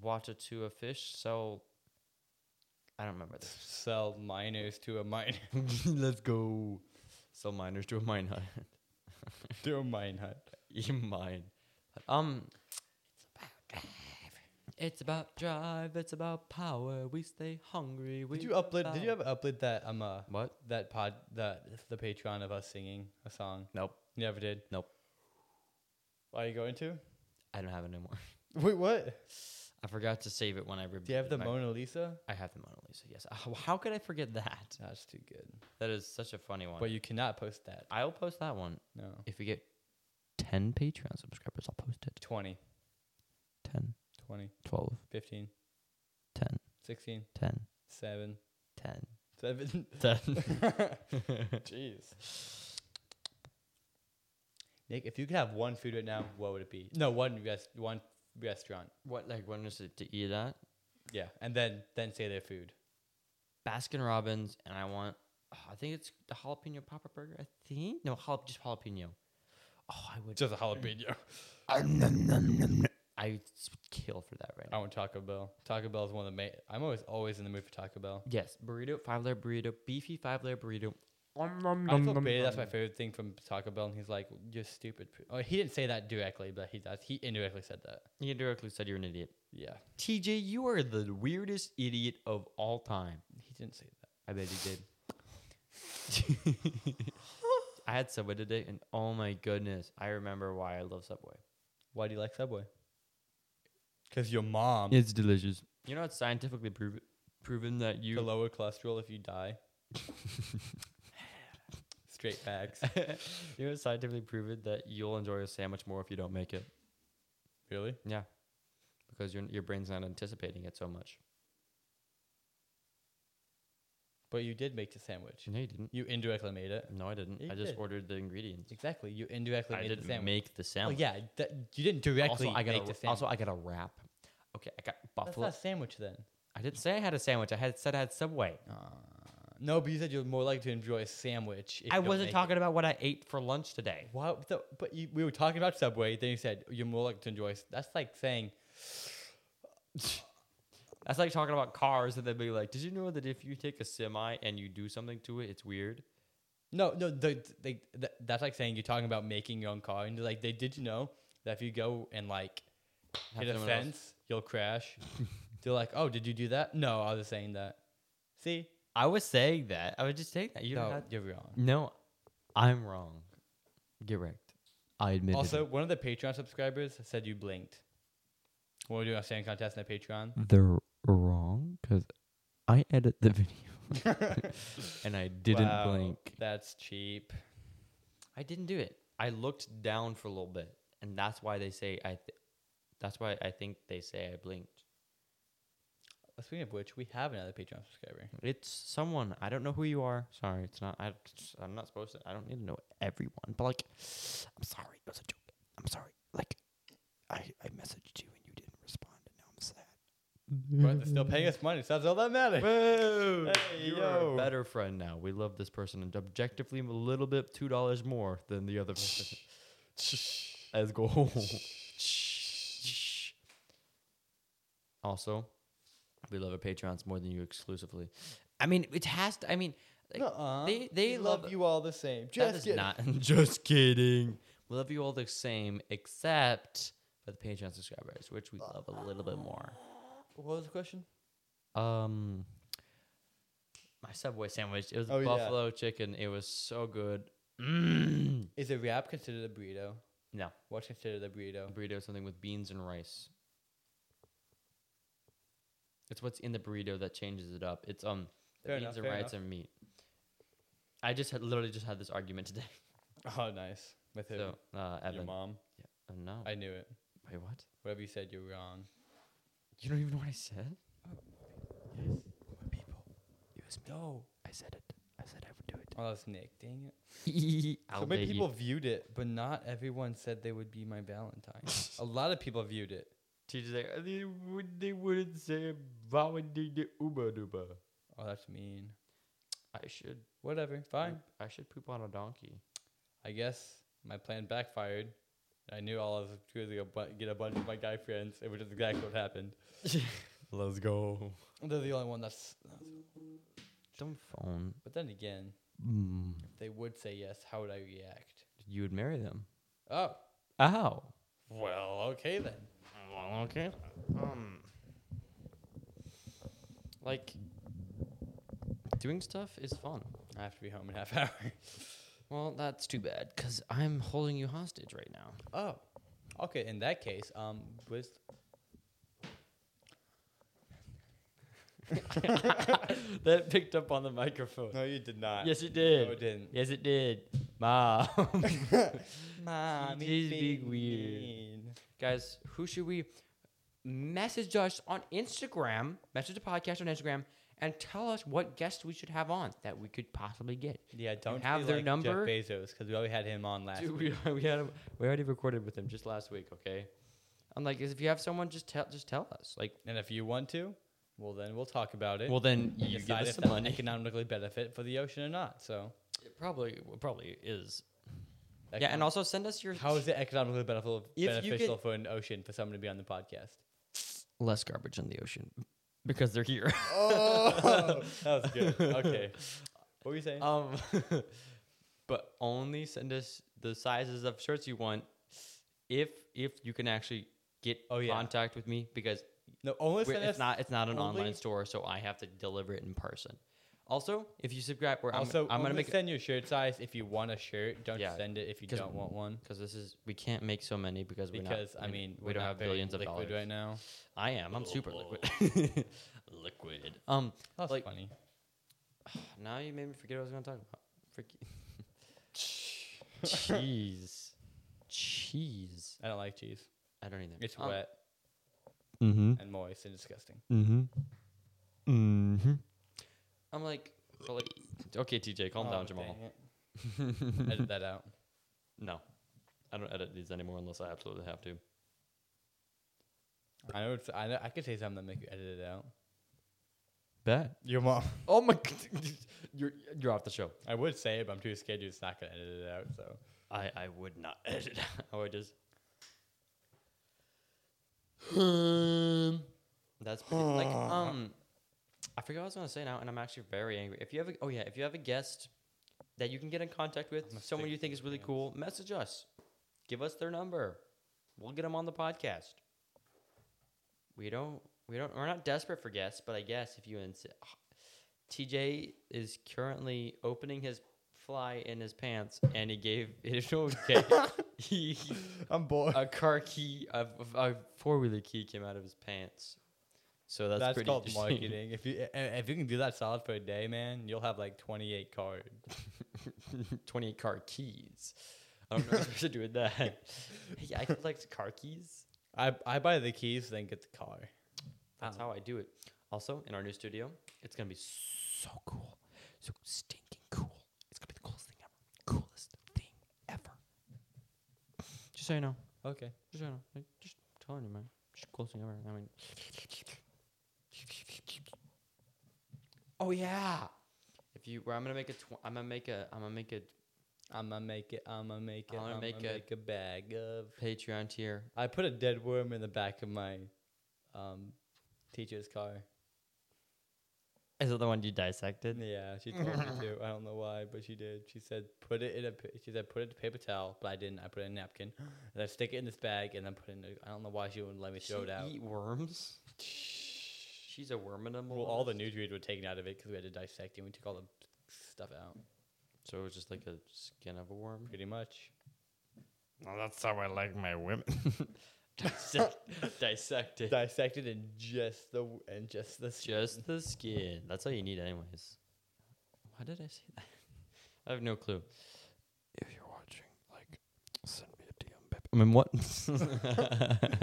S1: water to a fish, sell. I don't remember this.
S2: Sell miners to a miner
S1: Let's go. Sell miners to a mine hut.
S2: to a mine hut.
S1: you mine. Um. It's about drive. It's about power. We stay hungry. We
S2: Did you upload? Did you
S1: power.
S2: ever upload that um uh,
S1: what?
S2: that pod that the Patreon of us singing a song?
S1: Nope.
S2: You never did.
S1: Nope.
S2: Why are you going to?
S1: I don't have it anymore.
S2: Wait, what?
S1: I forgot to save it when I. Re-
S2: Do you have the
S1: my-
S2: Mona Lisa?
S1: I have the Mona Lisa. Yes. How- How could I forget that?
S2: That's too good.
S1: That is such a funny one.
S2: But you cannot post that.
S1: I'll post that one
S2: No,
S1: if we get ten Patreon subscribers. I'll post it.
S2: 20,
S1: 10,
S2: 20,
S1: 12,
S2: 15,
S1: 10,
S2: 16,
S1: 10,
S2: 7,
S1: 10,
S2: 7.
S1: 10.
S2: Jeez. Nick, if you could have one food right now, what would it be? No, one rest, one restaurant.
S1: What like when is it to eat at?
S2: Yeah, and then then say their food.
S1: Baskin Robbins, and I want. oh, I think it's the jalapeno popper burger. I think no, jal- just jalapeno. Oh, I would.
S2: Just a jalapeno.
S1: I would s- kill for that right
S2: I
S1: now.
S2: want Taco Bell. Taco Bell is one of the main. I'm always always in the mood for Taco Bell.
S1: Yes, burrito, five layer burrito, beefy five layer burrito.
S2: I told Bailey that's my favorite thing from Taco Bell, and he's like, "You're stupid." pr-" Oh, he didn't say that directly, but he does. He indirectly said that.
S1: You directly said you're an idiot.
S2: Yeah,
S1: TJ, you are the weirdest idiot of all time.
S2: he didn't say
S1: I
S2: that.
S1: bet you did. I had Subway today, and oh my goodness, I remember why I love Subway.
S2: Why do you like Subway? Because your mom.
S1: It's delicious. You know, it's scientifically prov- proven that
S2: The
S1: you.
S2: lower cholesterol if you die. Straight facts.
S1: you know, it's scientifically proven that you'll enjoy a sandwich more if you don't make it.
S2: Really?
S1: Yeah, because your your brain's not anticipating it so much.
S2: But you did make the sandwich.
S1: No, you didn't.
S2: You indirectly made it.
S1: No, I didn't.
S2: You
S1: I just
S2: did.
S1: ordered the ingredients.
S2: Exactly. You indirectly
S1: I
S2: made
S1: didn't
S2: the sandwich.
S1: make the
S2: Oh
S1: sandwich.
S2: yeah, that, you didn't directly
S1: Also, I got
S2: make
S1: a,
S2: the sandwich.
S1: also I got a wrap. Okay, I got
S2: That's
S1: buffalo.
S2: not a sandwich then.
S1: I didn't say I had a sandwich. I had said I had Subway.
S2: No, but you said you're more likely to enjoy a sandwich. If
S1: Uh, I
S2: you don't
S1: wasn't
S2: make
S1: talking about what I ate for lunch today.
S2: It. Wow, but the- but you, we were talking about Subway. Then you said you're more likely to enjoy. s- That's like saying
S1: That's like talking about cars and then being like, "Did you know that if you take a semi and you do something to it, it's weird?"
S2: no, no. The, the, the, that's like saying you're talking about making your own car. And you're like, they did you know that if you go and like
S1: Have
S2: hit a
S1: someone else-
S2: fence, you'll crash. they're like, oh, did you do that? No, I was just saying that. See,
S1: I was saying that. I was just saying that. You
S2: no,
S1: don't have-
S2: you're wrong.
S1: no, I'm wrong. Get wrecked. I admit.
S2: Also, one of the Patreon subscribers said you blinked. When we do our stand contest in the Patreon.
S1: they're wrong because I edit the video and I didn't
S2: Wow,
S1: blink.
S2: That's cheap.
S1: I didn't do it. I looked down for a little bit, and that's why they say I. Th- that's why I think they say I blinked.
S2: Well, Speaking of which, we have another Patreon subscriber.
S1: It's someone. I don't know who you are. Sorry, it's not. I, I'm not supposed to. I don't need to know everyone. But like, I'm sorry. It was a joke. I'm sorry. Like, I I messaged you and you didn't respond, and now I'm sad.
S2: But they're still paying us money, so that's all that matters. Whoa!
S1: you are a better friend now. We love this person, and objectively, a little bit two dollars more than the other person. As goal. also, we love our patrons more than you exclusively. I mean, it has to. I mean, like, they they love, you.
S2: you all the same.
S1: That is
S2: kidding.
S1: not. Just kidding. We love you all the same, except for the Patreon subscribers, which we love a little bit more.
S2: What was the question?
S1: Um, my Subway sandwich. It was
S2: Oh, yeah.
S1: buffalo chicken. It was so good. Mm.
S2: Is a wrap considered a burrito?
S1: No,
S2: What's considered a
S1: a
S2: burrito?
S1: burrito is something with beans and rice. It's what's in the burrito that changes it up. It's um the
S2: Fair
S1: beans
S2: enough,
S1: and
S2: fair
S1: rice and meat. I just had literally just had this argument today.
S2: Oh, nice. With who?
S1: So uh,
S2: Your
S1: Evan,
S2: mom.
S1: Uh, no,
S2: I knew it.
S1: wait, what?
S2: Whatever you said, you're wrong.
S1: You don't even know what I said.
S2: Oh. People.
S1: It was me.
S2: No.
S1: I said it. I said I would do it.
S2: Oh, that was Nick. Dang it.
S1: I'll
S2: so many
S1: dig you.
S2: people viewed it, but not everyone said they would be my Valentine. a lot of people viewed it.
S1: Teacher's like, "Uh, they, would, they wouldn't say Valentine Uber Duba.
S2: Oh, that's mean.
S1: I should
S2: Whatever. Fine.
S1: poop- I should poop on a donkey.
S2: I guess my plan backfired. I knew all I was going to get a bunch of my guy friends, which is exactly what happened.
S1: Let's go.
S2: They're the only one that's.
S1: Don't phone.
S2: But then again,
S1: Mm.
S2: if they would say yes, how would I react?
S1: You would marry them.
S2: Oh,
S1: Ow.
S2: well, okay then.
S1: Well, okay. Um. Like, doing stuff is fun.
S2: I have to be home in half hour.
S1: Well, that's too bad because I'm holding you hostage right now.
S2: oh, okay. In that case, um, was
S1: that picked up on the microphone.
S2: no, you did not.
S1: it did.
S2: No, it didn't.
S1: Yes, it did. Mom.
S2: Mom,
S1: It is being weird. Guys, who should we message us on Instagram? Message the podcast on Instagram and tell us what guests we should have on that we could possibly get.
S2: Yeah, don't
S1: have
S2: be
S1: their
S2: like
S1: number?
S2: Jeff Bezos because we already had him on last.
S1: Dude,
S2: week.
S1: we, we had him, we already recorded with him just last week. Okay, I'm like, if you have someone, just tell just tell us. Like,
S2: And if you want to, Well, then we'll talk about it.
S1: Well, then
S2: and
S1: you give
S2: decide
S1: us
S2: if
S1: some
S2: that's
S1: money.
S2: Economically benefit for the ocean or not. So
S1: It probably it probably is. yeah, and also send us your
S2: how is it economically benefit,
S1: you
S2: beneficial
S1: could-
S2: for an ocean for someone to be on the podcast?
S1: less garbage in the ocean because they're here.
S2: Oh, that was good. Okay, what were you saying?
S1: um, but only send us the sizes of shirts you want if if you can actually get
S2: Oh, yeah.
S1: contact with me because
S2: no, only
S1: we're-
S2: send
S1: it's
S2: us.
S1: not it's not an
S2: only-
S1: online store, so I have to deliver it in person. Also, if you subscribe, where
S2: also,
S1: I'm, I'm gonna
S2: only
S1: make
S2: send your shirt size if you want a shirt. Don't
S1: Yeah,
S2: send it if you
S1: 'cause
S2: don't want one.
S1: because this is we can't make so many because we're not-
S2: Because I
S1: we-
S2: mean,
S1: we
S2: we're
S1: don't
S2: not
S1: have
S2: very
S1: billions of
S2: liquid
S1: dollars
S2: right now.
S1: I am. I'm super liquid. liquid. Um,
S2: That's
S1: Like-
S2: funny.
S1: now you made me forget what I was gonna talk about. Freaky. Cheese. Cheese.
S2: I don't like cheese.
S1: I don't either. Um,
S2: It's wet
S1: Mm-hmm.
S2: and moist and disgusting.
S1: Mm-hmm. Mm-hmm. I'm like, but like, okay, TJ, calm
S2: Oh,
S1: down,
S2: dang
S1: Jamal.
S2: it. Edit that out.
S1: No, I don't edit these anymore unless I absolutely have to.
S2: I know. It's, I know. I could say something that make you edit it out.
S1: Bet.
S2: Your mom.
S1: Oh my, g- you're you're off the show.
S2: I would say it, but I'm too scared. It's not gonna edit it out. So
S1: I I would not edit. I would just. That's pretty, like um, I forgot what I was gonna say now, and I'm actually very angry. If you have a, oh yeah, if you have a guest that you can get in contact with,
S2: gonna
S1: someone
S2: stick
S1: you think is really
S2: hands.
S1: cool, message us, give us their number, we'll get them on the podcast. We don't, we don't, we're not desperate for guests, but I guess if you insist, TJ is currently opening his fly in his pants, and he gave it okay. he,
S2: I'm bored.
S1: a car key, a, a four wheeler key came out of his pants. So that's,
S2: that's
S1: pretty
S2: called
S1: interesting.
S2: marketing. If you i- if you can do that solid for a day, man, you'll have like 28 cards.
S1: 28 car keys. I don't know what I'm supposed to do with that. Hey, I collect car keys.
S2: I I buy the keys, then get the car.
S1: That's
S2: Oh.
S1: how I do it. Also, in our new studio, it's going to be so cool. So stinking cool. It's going to be the coolest thing ever. Coolest thing ever. Just so you know.
S2: Okay.
S1: Just, so you know. Like, just telling you, man. Just coolest thing ever. I mean. Oh, yeah. If you, where I'm gonna make a, tw- I'm gonna make a, I'm gonna make a
S2: I'ma make it. I'ma make it.
S1: I'ma
S2: I'ma,
S1: make
S2: make,
S1: a-
S2: a bag of.
S1: Patreon tier
S2: I put a dead worm in the back of my um, teacher's car.
S1: Is it the one you dissected?
S2: Yeah, she told me to. I don't know why, but she did. She said put it in a. pa- She said put it in a paper towel, but I didn't. I put it in a napkin, and I stick it in this bag, and then put it in. A, I don't know why she wouldn't let me
S1: She
S2: throw it out.
S1: eat worms. She's a worminable.
S2: Well, all the nutrients were taken out of it because we had to dissect it. and We took all the stuff out,
S1: So it was just like a skin of a worm.
S2: pretty much.
S3: Well, that's how I like my women.
S1: Dissect, dissected.
S2: Dissected and just the w- and just the skin.
S1: Just the skin. That's all you need, anyways. Why did I say that? I have no clue. If you're watching, like, send me a DM. Babe. I mean, what?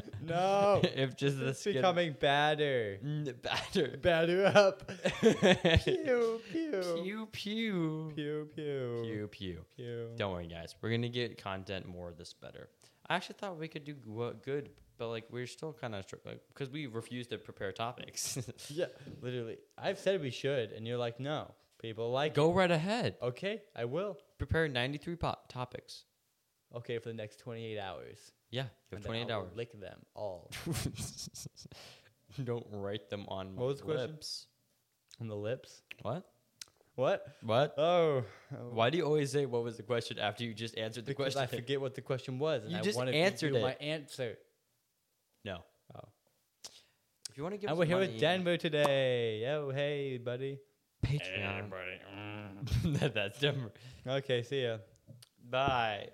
S2: no.
S1: if just the
S2: it's
S1: skin.
S2: becoming badder.
S1: Mm, batter.
S2: Batter up. pew pew
S1: pew pew.
S2: pew pew
S1: Pew pew.
S2: pew.
S1: Don't worry, guys. We're gonna get content more of this better. I actually thought we could do gu- good, but like we're still kind of like because we refuse to prepare topics.
S2: Yeah, literally. I've said we should, and you're like, no. People like
S1: Go right ahead.
S2: it. Okay, I will.
S1: Prepare ninety three pop topics.
S2: Okay, for the next 28 hours.
S1: Yeah, you have
S2: and
S1: twenty
S2: then
S1: eight
S2: I will
S1: hours.
S2: Lick them all
S1: Don't write them on my
S2: What was the question?
S1: lips.
S2: on the lips.
S1: What?
S2: What?
S1: What?
S2: Oh,
S1: Why do you always say what was the question after you just answered the
S2: Because
S1: question?
S2: I forget what the question was, and
S1: You
S2: I
S1: just
S2: wanted to
S1: answered
S2: do
S1: it.
S2: my answer.
S1: No.
S2: Oh.
S1: If you want to give,
S2: And
S1: us
S2: we're here with
S1: money-
S2: Denver today. Oh, hey, buddy.
S1: Patreon. That- That's Denver.
S2: Okay, see ya.
S1: Bye.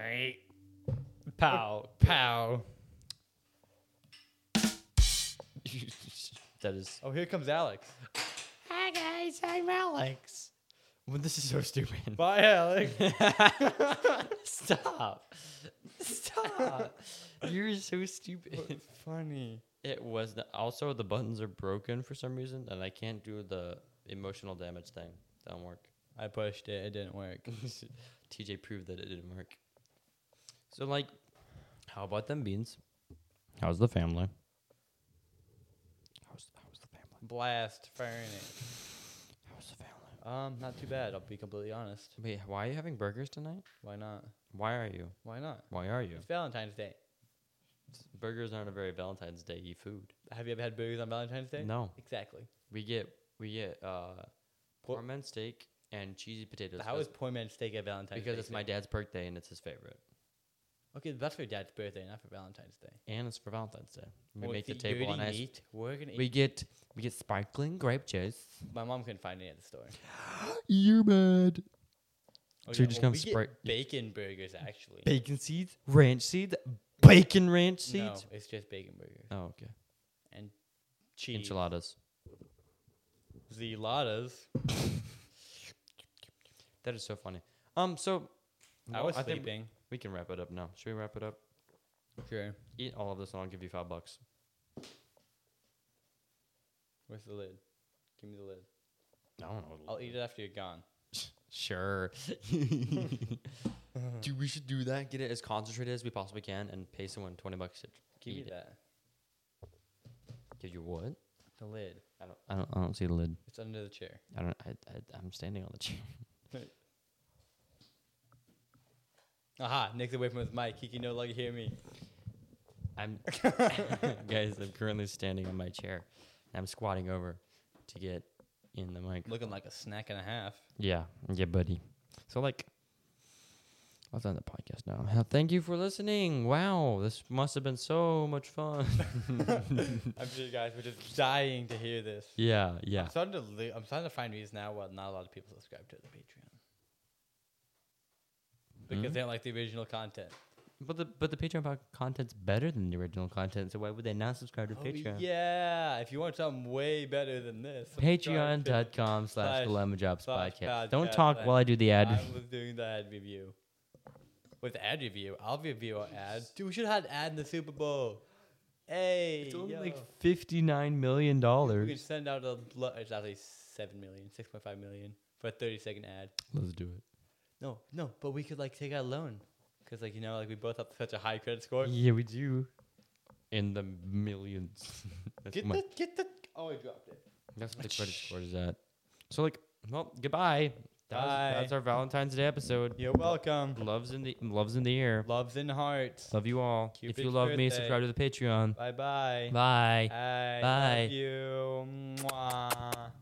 S3: Right?
S1: Pow.
S2: Pow.
S1: that is.
S2: Oh, here comes Alex.
S3: Hi, guys. I'm Alex.
S1: Well, this is so stupid.
S2: Bye, Alex.
S1: Stop. Stop. You're so stupid.
S2: funny.
S1: It was the, also the buttons are broken for some reason, and I can't do the emotional damage thing. That don't work.
S2: I pushed it. It didn't work.
S1: TJ proved that it didn't work. So like, how about them beans? How's the family?
S2: Blast furnace.
S1: How's the family?
S2: Um, not too bad. I'll be completely honest.
S1: Wait, why are you having burgers tonight?
S2: Why not?
S1: Why are you?
S2: Why not?
S1: Why are you?
S2: It's Valentine's Day.
S1: Burgers aren't a very Valentine's Day food.
S2: Have you ever had burgers on Valentine's Day?
S1: No,
S2: Exactly.
S1: we get we get uh,
S2: Por-
S1: portman steak and cheesy potatoes.
S2: How
S1: as-
S2: is poor man steak at Valentine's Day?
S1: because it's my dad's birthday and it's his favorite,
S2: Okay, that's for dad's birthday, not for Valentine's Day.
S1: and it's for Valentine's Day. We
S2: Well,
S1: make the
S2: see,
S1: table
S2: you're
S1: and
S2: gonna
S1: I.
S2: eat. We're gonna eat.
S1: We get we get sparkling grape juice.
S2: my mom couldn't find any at the store.
S1: You're bad.
S2: Oh,
S1: So you're just gonna
S2: we get
S1: spread-
S2: bacon burgers actually.
S1: Bacon seeds, ranch seeds, bacon ranch
S2: no,
S1: seeds.
S2: it's just bacon burgers
S1: Oh, okay.
S2: and cheese.
S1: Enchiladas.
S2: Zilatas.
S1: That is so funny. Um, so
S2: I
S1: well,
S2: was
S1: think
S2: sleeping.
S1: we can wrap it up now. Should we wrap it up?
S2: Sure.
S1: Eat all of this, and I'll give you five bucks.
S2: Where's the lid? Give me the lid.
S1: I don't know.
S2: I'll eat it after you're gone.
S1: Sure. Dude, we should do that. Get it as concentrated as we possibly can, and pay someone twenty bucks to
S2: Give me
S1: eat it.
S2: that.
S1: Give you what?
S2: The lid.
S1: I don't. I don't. I don't see the lid.
S2: It's under the chair.
S1: I don't. I, I, I'm standing on the chair.
S2: Aha! Nick's away from his mic. He can no longer hear me.
S1: I'm guys. I'm currently standing on my chair. I'm squatting over to get in the mic.
S2: Looking like a snack and a half.
S1: Yeah, yeah, buddy. So like, I've done the podcast now. Uh, Thank you for listening. Wow, this must have been so much fun.
S2: I'm sure you guys were just dying to hear this.
S1: yeah, yeah.
S2: I'm starting to. Li- I'm starting to find reasons now why not a lot of people subscribe to the Patreon because
S1: Hmm?
S2: they don't like the original content.
S1: But the but the Patreon pod- content's better than the original content, so why would they not subscribe to
S2: Oh,
S1: Patreon?
S2: yeah, if you want something way better than this, subscribe to-
S1: Patreon.com slash
S2: slash-
S1: the Lemon Drops
S2: slash
S1: podcast. Don't
S2: podcast,
S1: talk
S2: like,
S1: while I do the ad.
S2: I was doing the ad review. With the ad review, I'll review our ad. Dude, we should have had an ad in the Super Bowl. Hey,
S1: It's only
S2: yo.
S1: like fifty nine million
S2: we can
S1: dollars.
S2: send out a. Lo- it's actually seven million, six point five million for a thirty second ad.
S1: Let's do it.
S2: No, no, but we could like take out a loan because like you know like we both have such a high credit score.
S1: Yeah, we do. In the millions. That's
S2: Get
S1: my-
S2: the get the. Oh, I dropped it.
S1: That's what the credit score is at. So like, well, goodbye. That was-
S2: Bye.
S1: that's our Valentine's Day episode.
S2: You're welcome.
S1: Loves in the loves in the air.
S2: Loves and hearts.
S1: Love you all. if you
S2: Cupid's
S1: love me,
S2: birthday.
S1: subscribe to the Patreon.
S2: Bye bye.
S1: Bye.
S2: I
S1: Bye.
S2: love you. Mwah.